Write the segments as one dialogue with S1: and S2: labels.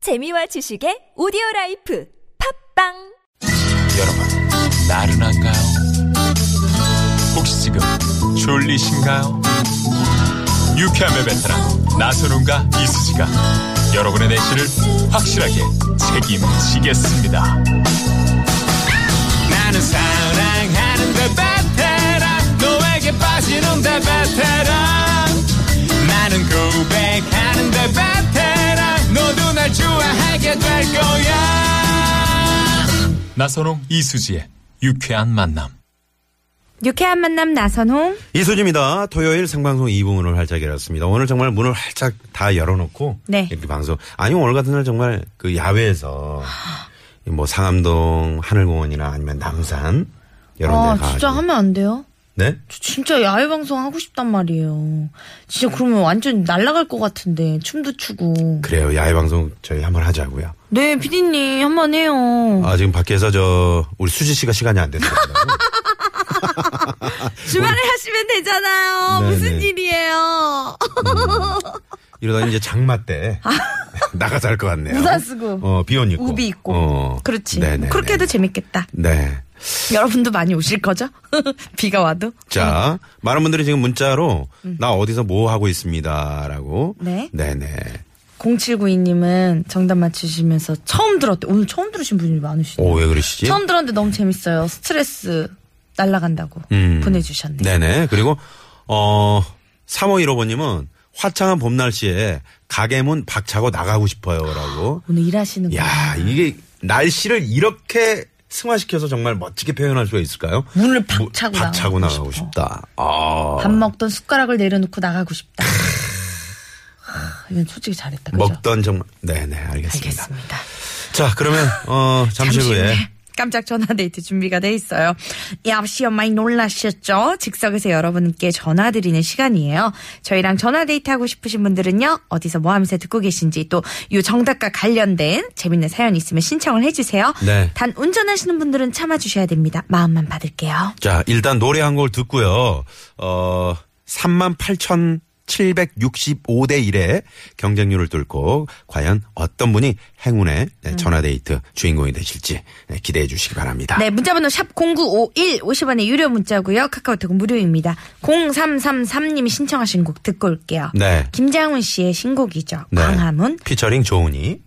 S1: 재미와 지식의 오디오 라이프 팝빵
S2: 여러분, 나른한가요? 혹시 지금 졸리신가요? 유쾌함의 베테랑 나선웅과 이수지가 여러분의 내실을 확실하게 책임지겠습니다. 나는 사랑하는데 그 베테랑 너에게 빠지는데 베테랑 나는 고백하는데 베테랑 너도 날 좋아하게 될 거야 나선홍 이수지의 유쾌한 만남
S3: 유쾌한 만남 나선홍.
S4: 이수지입니다. 토요일 생방송 2부문을 활짝 열었습니다. 오늘 정말 문을 활짝 다 열어놓고
S3: 네.
S4: 이렇게 방송. 아니 오늘 같은 날 정말 그 야외에서 뭐 상암동 하늘공원이나 아니면 남산 이런 데
S3: 아
S4: 네, 가.
S3: 진짜 하면 안 돼요?
S4: 네?
S3: 저 진짜 야외 방송 하고 싶단 말이에요. 진짜 그러면 완전 날아갈 것 같은데 춤도 추고.
S4: 그래요. 야외 방송 저희 한번 하자고요.
S3: 네 피디님 한 번 해요.
S4: 아 지금 밖에서 저 우리 수지 씨가 시간이 안 돼서 그래요.
S3: 주말에 하시면 되잖아요.
S4: 뭐. 네,
S3: 무슨
S4: 네.
S3: 일이에요?
S4: 이러다 이제 장마 때 나가서 할 것 같네요.
S3: 우산 아. 쓰고.
S4: 어비옷 입고
S3: 우비 있고.
S4: 어.
S3: 그렇지.
S4: 네네네.
S3: 그렇게 해도 재밌겠다.
S4: 네.
S3: 여러분도 많이 오실 거죠? 비가 와도.
S4: 자, 많은 분들이 지금 문자로 나 어디서 뭐 하고 있습니다라고.
S3: 네.
S4: 네네.
S3: 0792님은 정답 맞추시면서 처음 들었대. 오늘 처음 들으신 분이 많으시네요.
S4: 오, 예. 왜 그러시지?
S3: 처음 들었는데 너무 재밌어요. 스트레스 날라간다고
S4: 음.
S3: 보내주셨네요.
S4: 네네. 그리고, 어, 3515번님은 화창한 봄 날씨에 가게 문 박차고 나가고 싶어요. 라고.
S3: 오늘 일하시는 거.
S4: 야 이게 날씨를 이렇게 승화시켜서 정말 멋지게 표현할 수가 있을까요?
S3: 문을 팍
S4: 뭐,
S3: 차고
S4: 팍 차고
S3: 나가고
S4: 나가고 싶다. 아.
S3: 밥 먹던 숟가락을 내려놓고 나가고 싶다. 하, 이건 솔직히 잘했다. 그죠?
S4: 먹던 정말. 네네. 알겠습니다.
S3: 알겠습니다.
S4: 자, 그러면, 어, 잠시, 후에.
S3: 깜짝 전화 데이트 준비가 돼 있어요. 역시 엄마이 놀라셨죠? 즉석에서 여러분께 전화 드리는 시간이에요. 저희랑 전화 데이트 하고 싶으신 분들은요. 어디서 뭐 하면서 듣고 계신지 또 이 정답과 관련된 재밌는 사연 있으면 신청을 해주세요.
S4: 네.
S3: 단 운전하시는 분들은 참아주셔야 됩니다. 마음만 받을게요.
S4: 자, 일단 노래 한 곡을 듣고요. 어, 38,765대 1의 경쟁률을 뚫고 과연 어떤 분이 행운의 네, 전화데이트 주인공이 되실지 네, 기대해 주시기 바랍니다.
S3: 네, 문자번호 샵0951 50원의 유료 문자고요. 카카오톡은 무료입니다. 0333님이 신청하신 곡 듣고 올게요.
S4: 네.
S3: 김장훈 씨의 신곡이죠.
S4: 네.
S3: 광화문.
S4: 피처링 조은이.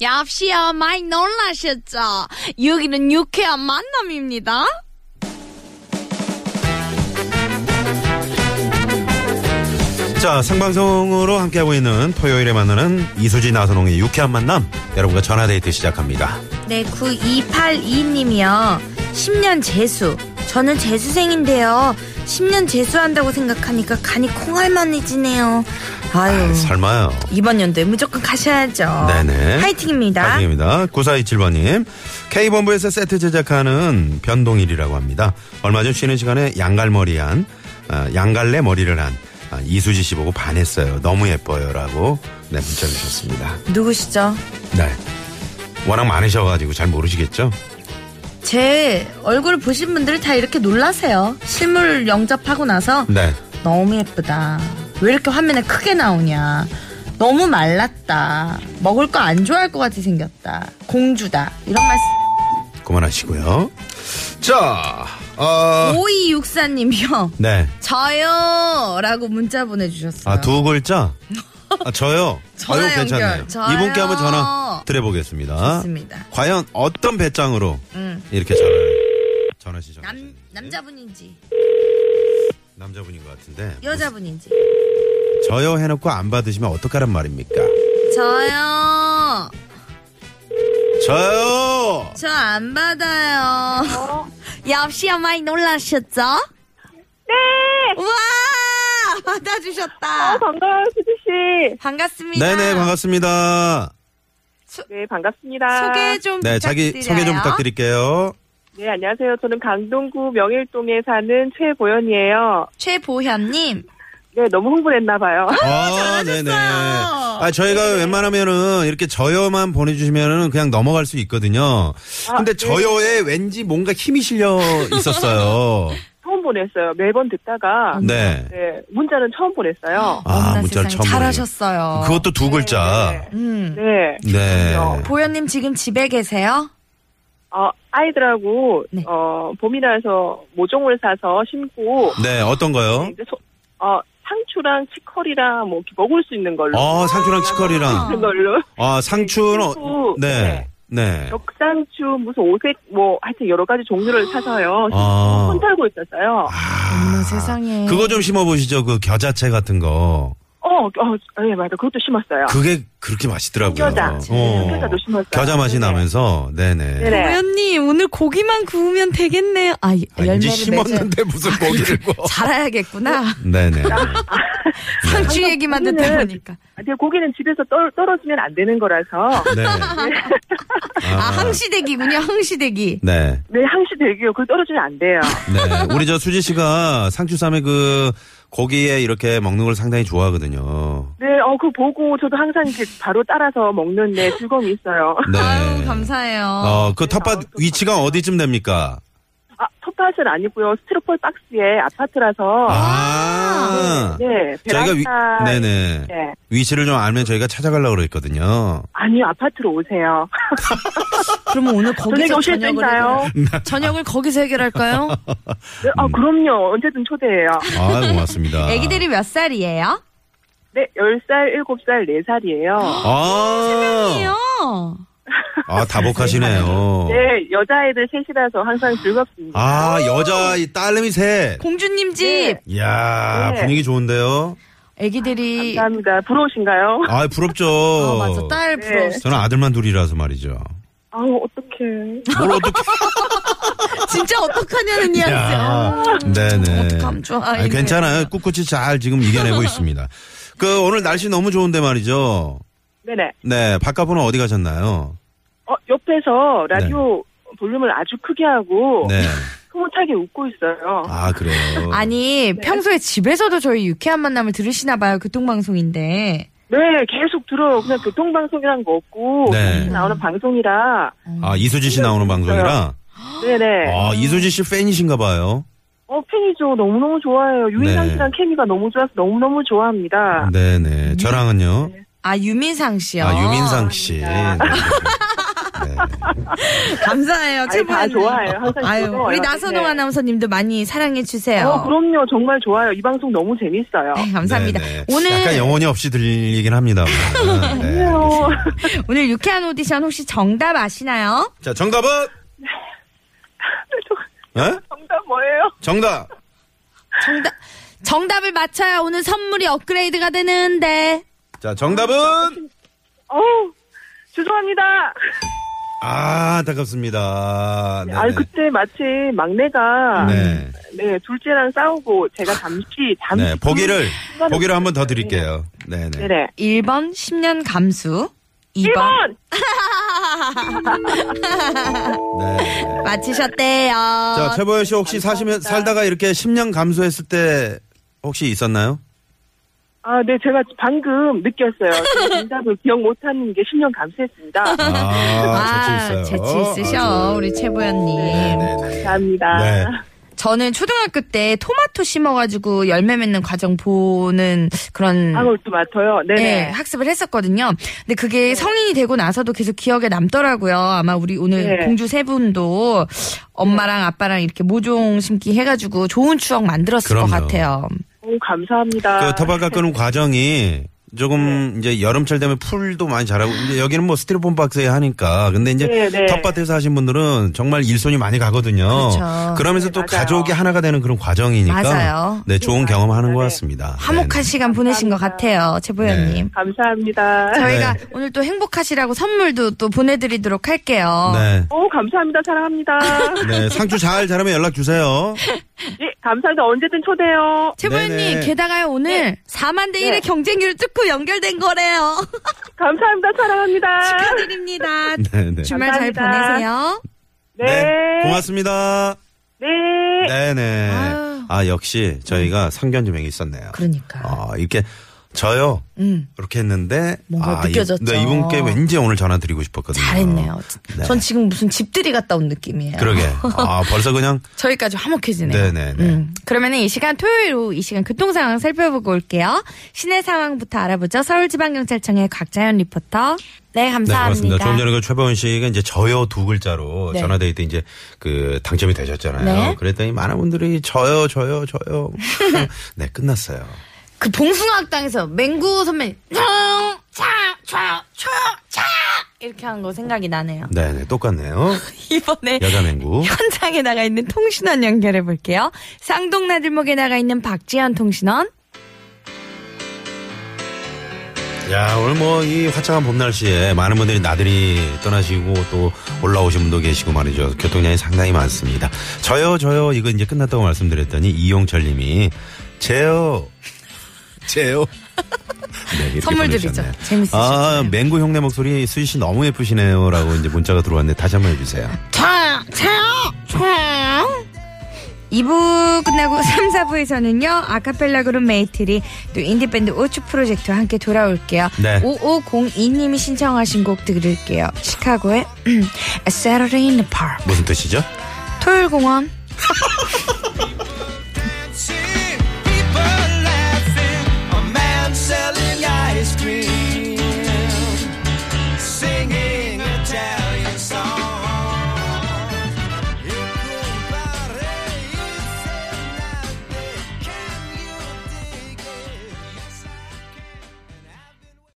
S5: 역시요 많이 놀라셨죠? 여기는 유쾌한 만남입니다.
S4: 자, 생방송으로 함께하고 있는 토요일에 만나는 이수지 나선홍의 유쾌한 만남 여러분과 전화데이트 시작합니다.
S3: 네, 9282님이요. 10년 재수. 저는 재수생인데요. 10년 재수한다고 생각하니까 간이 콩알만해지네요. 아유.
S4: 아, 설마요.
S3: 이번 연도에 무조건 가셔야죠.
S4: 네네.
S3: 파이팅입니다.
S4: 파이팅입니다. 9427번님. K본부에서 세트 제작하는 변동일이라고 합니다. 얼마 전 쉬는 시간에 양갈머리 한, 아, 양갈래 머리를 한 아, 이수지 씨 보고 반했어요. 너무 예뻐요. 라고 네, 문자 주셨습니다.
S3: 누구시죠?
S4: 네. 워낙 많으셔가지고 잘 모르시겠죠?
S3: 제 얼굴 보신 분들이 다 이렇게 놀라세요. 실물 영접하고 나서
S4: 네.
S3: 너무 예쁘다. 왜 이렇게 화면에 크게 나오냐. 너무 말랐다. 먹을 거 안 좋아할 것 같이 생겼다. 공주다. 이런 말씀.
S4: 그만하시고요. 자, 어,
S3: 5264님이요.
S4: 네.
S3: 저요! 라고 문자 보내주셨어요.
S4: 아, 두 글자? 아, 저요?
S3: 전화
S4: 아유, 괜찮네요.
S3: 연결. 저요.
S4: 이분께 한번 전화 드려보겠습니다.
S3: 좋습니다.
S4: 과연 어떤 배짱으로 이렇게 전화를, 전화 시죠
S3: 음. 남, 남자분인지,
S4: 남자분인 것 같은데.
S3: 여자분인지.
S4: 저요 해놓고 안 받으시면 어떡하란 말입니까?
S3: 저요!
S4: 저요!
S3: 저 안 받아요.
S5: 역시요 많이 놀라셨죠? 네. 우와 받아주셨다.
S6: 반가워요, 수지 씨.
S3: 반갑습니다.
S4: 네네, 반갑습니다.
S6: 네, 반갑습니다.
S3: 소개 좀
S4: 네,
S3: 부탁드려요.
S4: 자기 소개 좀 부탁드릴게요.
S6: 네, 안녕하세요. 저는 강동구 명일동에 사는 최보연이에요.
S5: 최보현님.
S6: 네, 너무 흥분했나 봐요.
S4: 아, 네네. 아,
S3: 네.
S4: 저희가 웬만하면은 이렇게 저요만 보내주시면은 그냥 넘어갈 수 있거든요.
S3: 아,
S6: 아, 네,
S4: 근데
S3: 네.
S4: 저요에 왠지 뭔가 힘이 실려 있었어요.
S6: 처음 보냈어요. 매번
S3: 아,
S6: 듣다가
S4: 네.
S6: 네, 문자는 처음 보냈어요.
S4: 아,
S3: 어머나
S4: 문자를
S3: 세상에.
S4: 처음 보내요.
S3: 잘하셨어요.
S4: 그것도 두 글자.
S6: 네.
S3: 음.
S6: 네.
S4: 네.
S3: 보현님 지금 집에 계세요?
S6: 어, 아이들하고
S3: 네.
S6: 어, 봄이라서 모종을 사서 심고
S4: 네, 어떤 거요?
S6: 이제 소- 어, 상추랑 치커리랑 뭐 이렇게 먹을 수 있는 걸로
S4: 아, 상추랑 치커리랑.
S6: 그런 걸로
S4: 아, 상추는, 어, 네. 네.
S6: 역상추 무슨 오색 뭐 하여튼 여러 가지 종류를 사서요.
S4: 아.
S6: 손탈고 있었어요.
S3: 어머나 세상에.
S4: 그거 좀 심어보시죠. 그 겨자채 같은 거.
S6: 어, 어, 예, 맞아. 그것도 심었어요.
S4: 그게 그렇게 맛있더라고요.
S6: 겨자.
S4: 어.
S6: 겨자도 심었어요.
S4: 겨자 맛이
S6: 네네.
S4: 나면서, 네네.
S6: 네네.
S5: 보현님, 오늘 고기만 구우면 되겠네요. 아,
S4: 아, 이제 심었는데 무슨 먹이를 고
S3: 잘해야겠구나.
S4: 네네. 네.
S3: 상추 얘기만 듣다
S6: 고기는-
S3: 보니까.
S6: 아, 근데 고기는 집에서 떨, 떨어지면 안 되는 거라서.
S4: 네.
S3: 아, 항시대기군요, 항시대기.
S4: 네.
S6: 네, 항시 대기요. 그거 떨어지면 안 돼요.
S4: 네. 우리 저 수지 씨가 상추쌈에 그 고기에 이렇게 먹는 걸 상당히 좋아하거든요.
S6: 네, 어, 그거 보고 저도 항상 이렇게 바로 따라서 먹는 데 즐거움이 있어요.
S4: 네.
S5: 아유, 감사해요.
S4: 어, 그 텃밭 위치가 어디쯤 됩니까?
S6: 아, 텃밭은 아니고요. 스티로폴 박스에 아파트라서.
S4: 아.
S6: 네,
S4: 저희가 위,
S6: 베란다.
S4: 네네.
S6: 네.
S4: 위치를 좀 알면 저희가 찾아가려고 그랬거든요.
S6: 아니요, 아파트로 오세요.
S3: 그러면 오늘 거기서
S6: 저녁에 오실 수
S3: 저녁을
S6: 있나요?
S3: 해결- 저녁을 거기서 해결할까요?
S6: 네,
S4: 음.
S6: 아, 그럼요. 언제든 초대해요.
S4: 아, 고맙습니다.
S5: 애기들이 몇 살이에요?
S6: 네, 10살, 7살, 4살이에요.
S4: 아.
S5: 어.
S4: 아, 다복하시네요.
S6: 네, 여자애들 셋이라서 항상 즐겁습니다.
S4: 아, 여자 이 딸내미 셋.
S3: 공주님 집.
S6: 네.
S4: 이야,
S6: 네.
S4: 분위기 좋은데요?
S3: 애기들이.
S6: 감사합니다. 부러우신가요?
S4: 아, 부럽죠.
S3: 아, 맞아. 딸
S6: 아, 네.
S3: 부러워.
S4: 저는 아들만 둘이라서 말이죠.
S6: 아우, 어떡해.
S4: 뭘 어떻게.
S5: 진짜 어떡하냐는 이야기죠.
S4: 야, 아, 네네.
S3: 어떡함, 좋아.
S4: 아니,
S3: 이게.
S4: 괜찮아요. 꿋꿋이 잘 지금 이겨내고 있습니다. 그, 오늘 날씨 너무 좋은데 말이죠.
S6: 네네.
S4: 네, 바깥분은 어디 가셨나요?
S6: 어, 옆에서 라디오 볼륨을 아주 크게 하고
S4: 네.
S6: 흐뭇하게 웃고 있어요.
S4: 아, 그래요.
S3: 아니,
S6: 네.
S3: 평소에 집에서도 저희 유쾌한 만남을 들으시나봐요. 그 교통방송인데.
S6: 네, 계속 들어. 그냥 교통방송이란 거 없고
S4: 네.
S6: 같이 나오는 방송이라.
S4: 아, 이수지 씨 나오는 방송이라.
S6: 네네.
S4: 아, 이수지 씨 팬이신가 봐요.
S6: 어, 팬이죠. 너무너무 좋아해요. 유인상
S4: 네. 음.
S6: 씨랑 케미가 너무 좋아서 너무너무 좋아합니다.
S4: 네네. 저랑은요.
S3: 아, 유민상 씨요.
S4: 아, 유민상 씨. 네. 네.
S3: 감사해요,
S6: 아니, 다
S3: 최고님.
S6: 좋아해요. 항상
S3: 아유,
S6: 저도
S3: 우리
S6: 이렇게.
S3: 나선홍 아나운서님도 많이 사랑해주세요.
S6: 어, 그럼요. 정말 좋아요. 이 방송 너무 재밌어요.
S3: 네, 감사합니다.
S4: 네네.
S3: 오늘,
S4: 약간 영혼이 없이 들리긴 합니다. 네,
S6: 어,
S4: 알겠습니다.
S3: 오늘 유쾌한 오디션 혹시 정답 아시나요?
S4: 자, 정답은? 에?
S6: 정답 뭐예요?
S4: 정답.
S3: 정답,
S5: 정답을 맞춰야 오늘 선물이 업그레이드가 되는데.
S4: 자, 정답은?
S6: 어우, 죄송합니다.
S4: 아, 안타깝습니다. 네네.
S6: 아 그때 마침 막내가
S4: 네.
S6: 네, 둘째랑 싸우고 제가 잠시 잠시
S4: 네, 보기를,
S6: 순간을-
S4: 보기를 한 번 더 드릴게요. 네네.
S6: 네네.
S3: 1번 10년 감수, 2번
S6: 1번!
S4: 네.
S5: 맞히셨대요.
S4: 자, 최보현 씨 혹시 사시면, 살다가 이렇게 10년 감소했을 때 혹시 있었나요?
S6: 아, 네, 제가 방금 느꼈어요. 제가 정답을 기억 못하는 게 10년
S4: 네.
S6: 감수했습니다.
S4: 아, 재치 있어요.
S3: 아, 재치 있으셔,
S4: 아주.
S3: 우리 최보연님.
S4: 네네네.
S6: 감사합니다.
S4: 네.
S3: 저는 초등학교 때 토마토 심어가지고 열매 맺는 과정 보는 그런
S6: 아무 것도 맡아요. 네네. 네.
S3: 예, 학습을 했었거든요. 근데 그게 성인이 되고 나서도 계속 기억에 남더라고요. 아마 우리 오늘
S6: 네.
S3: 공주 세 분도 엄마랑 아빠랑 이렇게 모종 심기 해가지고 좋은 추억 만들었을
S4: 그럼요.
S3: 것 같아요.
S6: 오, 감사합니다.
S4: 그 터박 깎는 과정이 조금
S3: 네.
S4: 이제 여름철 되면 풀도 많이 자라고 이제 여기는 뭐 스티로폼 박스에 하니까 근데 이제
S6: 네, 네.
S4: 텃밭에서 하신 분들은 정말 일손이 많이 가거든요.
S3: 그렇죠.
S4: 러면서
S6: 네,
S4: 또
S6: 맞아요.
S4: 가족이 하나가 되는 그런 과정이니까
S3: 맞아요.
S4: 네 좋은 경험하는 것
S6: 네.
S4: 같습니다.
S3: 화목한 시간 보내신 것 같아요, 최보현님.
S6: 감사합니다.
S3: 저희가
S4: 네.
S3: 오늘 또 행복하시라고 선물도 또 보내드리도록 할게요.
S4: 네네.
S6: 오, 감사합니다. 사랑합니다.
S4: 네. 네, 상추 잘 자라면 연락 주세요.
S6: 예, 감사합니다. 언제든 초대요.
S3: 최보현님,
S4: 네네.
S3: 게다가요, 오늘 4만 대 1의
S6: 네.
S3: 경쟁률 뚫고 연결된 거래요.
S6: 감사합니다. 사랑합니다.
S3: 축하드립니다.
S4: 네네.
S3: 주말 잘
S6: 감사합니다.
S3: 보내세요.
S6: 네.
S4: 고맙습니다.
S6: 네.
S4: 네네.
S3: 아유.
S4: 아, 역시 저희가 상견 지명이 있었네요.
S3: 그러니까.
S4: 아, 이렇게 저요.
S3: 음.
S4: 이렇게 했는데
S3: 뭔가
S4: 이-
S3: 느껴졌죠.
S4: 네, 이분께 왠지 오늘 전화 드리고 싶었거든요.
S3: 잘했네요.
S4: 네.
S3: 전 지금 무슨 집들이 갔다 온 느낌이에요.
S4: 그러게. 아, 벌써 그냥
S3: 저희까지 화목해지네요. 음,
S4: 네네네.
S3: 그러면 이 시간 토요일 오후 이 시간 교통 상황 살펴보고 올게요. 시내 상황부터 알아보죠. 서울지방경찰청의 곽자연 리포터. 네,
S4: 네,
S3: 감사합니다.
S4: 고맙습니다. 조금 전에 그 최병원 씨가 이제 저요 두 글자로
S3: 네.
S4: 전화데이 때 이제 그 당첨이 되셨잖아요.
S3: 네.
S4: 그랬더니 많은 분들이 저요, 저요, 저요. 네, 끝났어요.
S3: 그 봉숭아학당에서 맹구 선배님, 촤, 촤, 촤, 촤, 촤! 이렇게 하는 거 생각이 나네요.
S4: 네, 네, 똑같네요.
S3: 이번에
S4: 여자 맹구.
S3: 현장에 나가 있는 통신원 연결해 볼게요. 상동나들목에 나가 있는 박지현 통신원.
S4: 야, 오늘 뭐 이 화창한 봄 날씨에 많은 분들이 나들이 떠나시고 또 올라오신 분도 계시고 말이죠. 교통량이 상당히 많습니다. 저요, 저요, 이거 이제 끝났다고 말씀드렸더니 이용철 님이 제요, 제요. 네, 이렇게
S3: 선물 드리죠.
S4: 보내주셨네요.
S3: 재밌으시잖아요.
S4: 아, 맹구 형네 목소리 수희 씨 너무 예쁘시네요. 라고 이제 문자가 들어왔는데 다시 한번 해주세요.
S3: 이부 끝나고 3, 4부에서는요, 아카펠라 그룹 메이트리, 또 인디밴드 오츠 프로젝트와 함께 돌아올게요.
S4: 네.
S3: 5502님이 신청하신 곡 들을게요. 시카고의 A Saturday in the Park.
S4: 무슨 뜻이죠?
S3: 토요일 공원.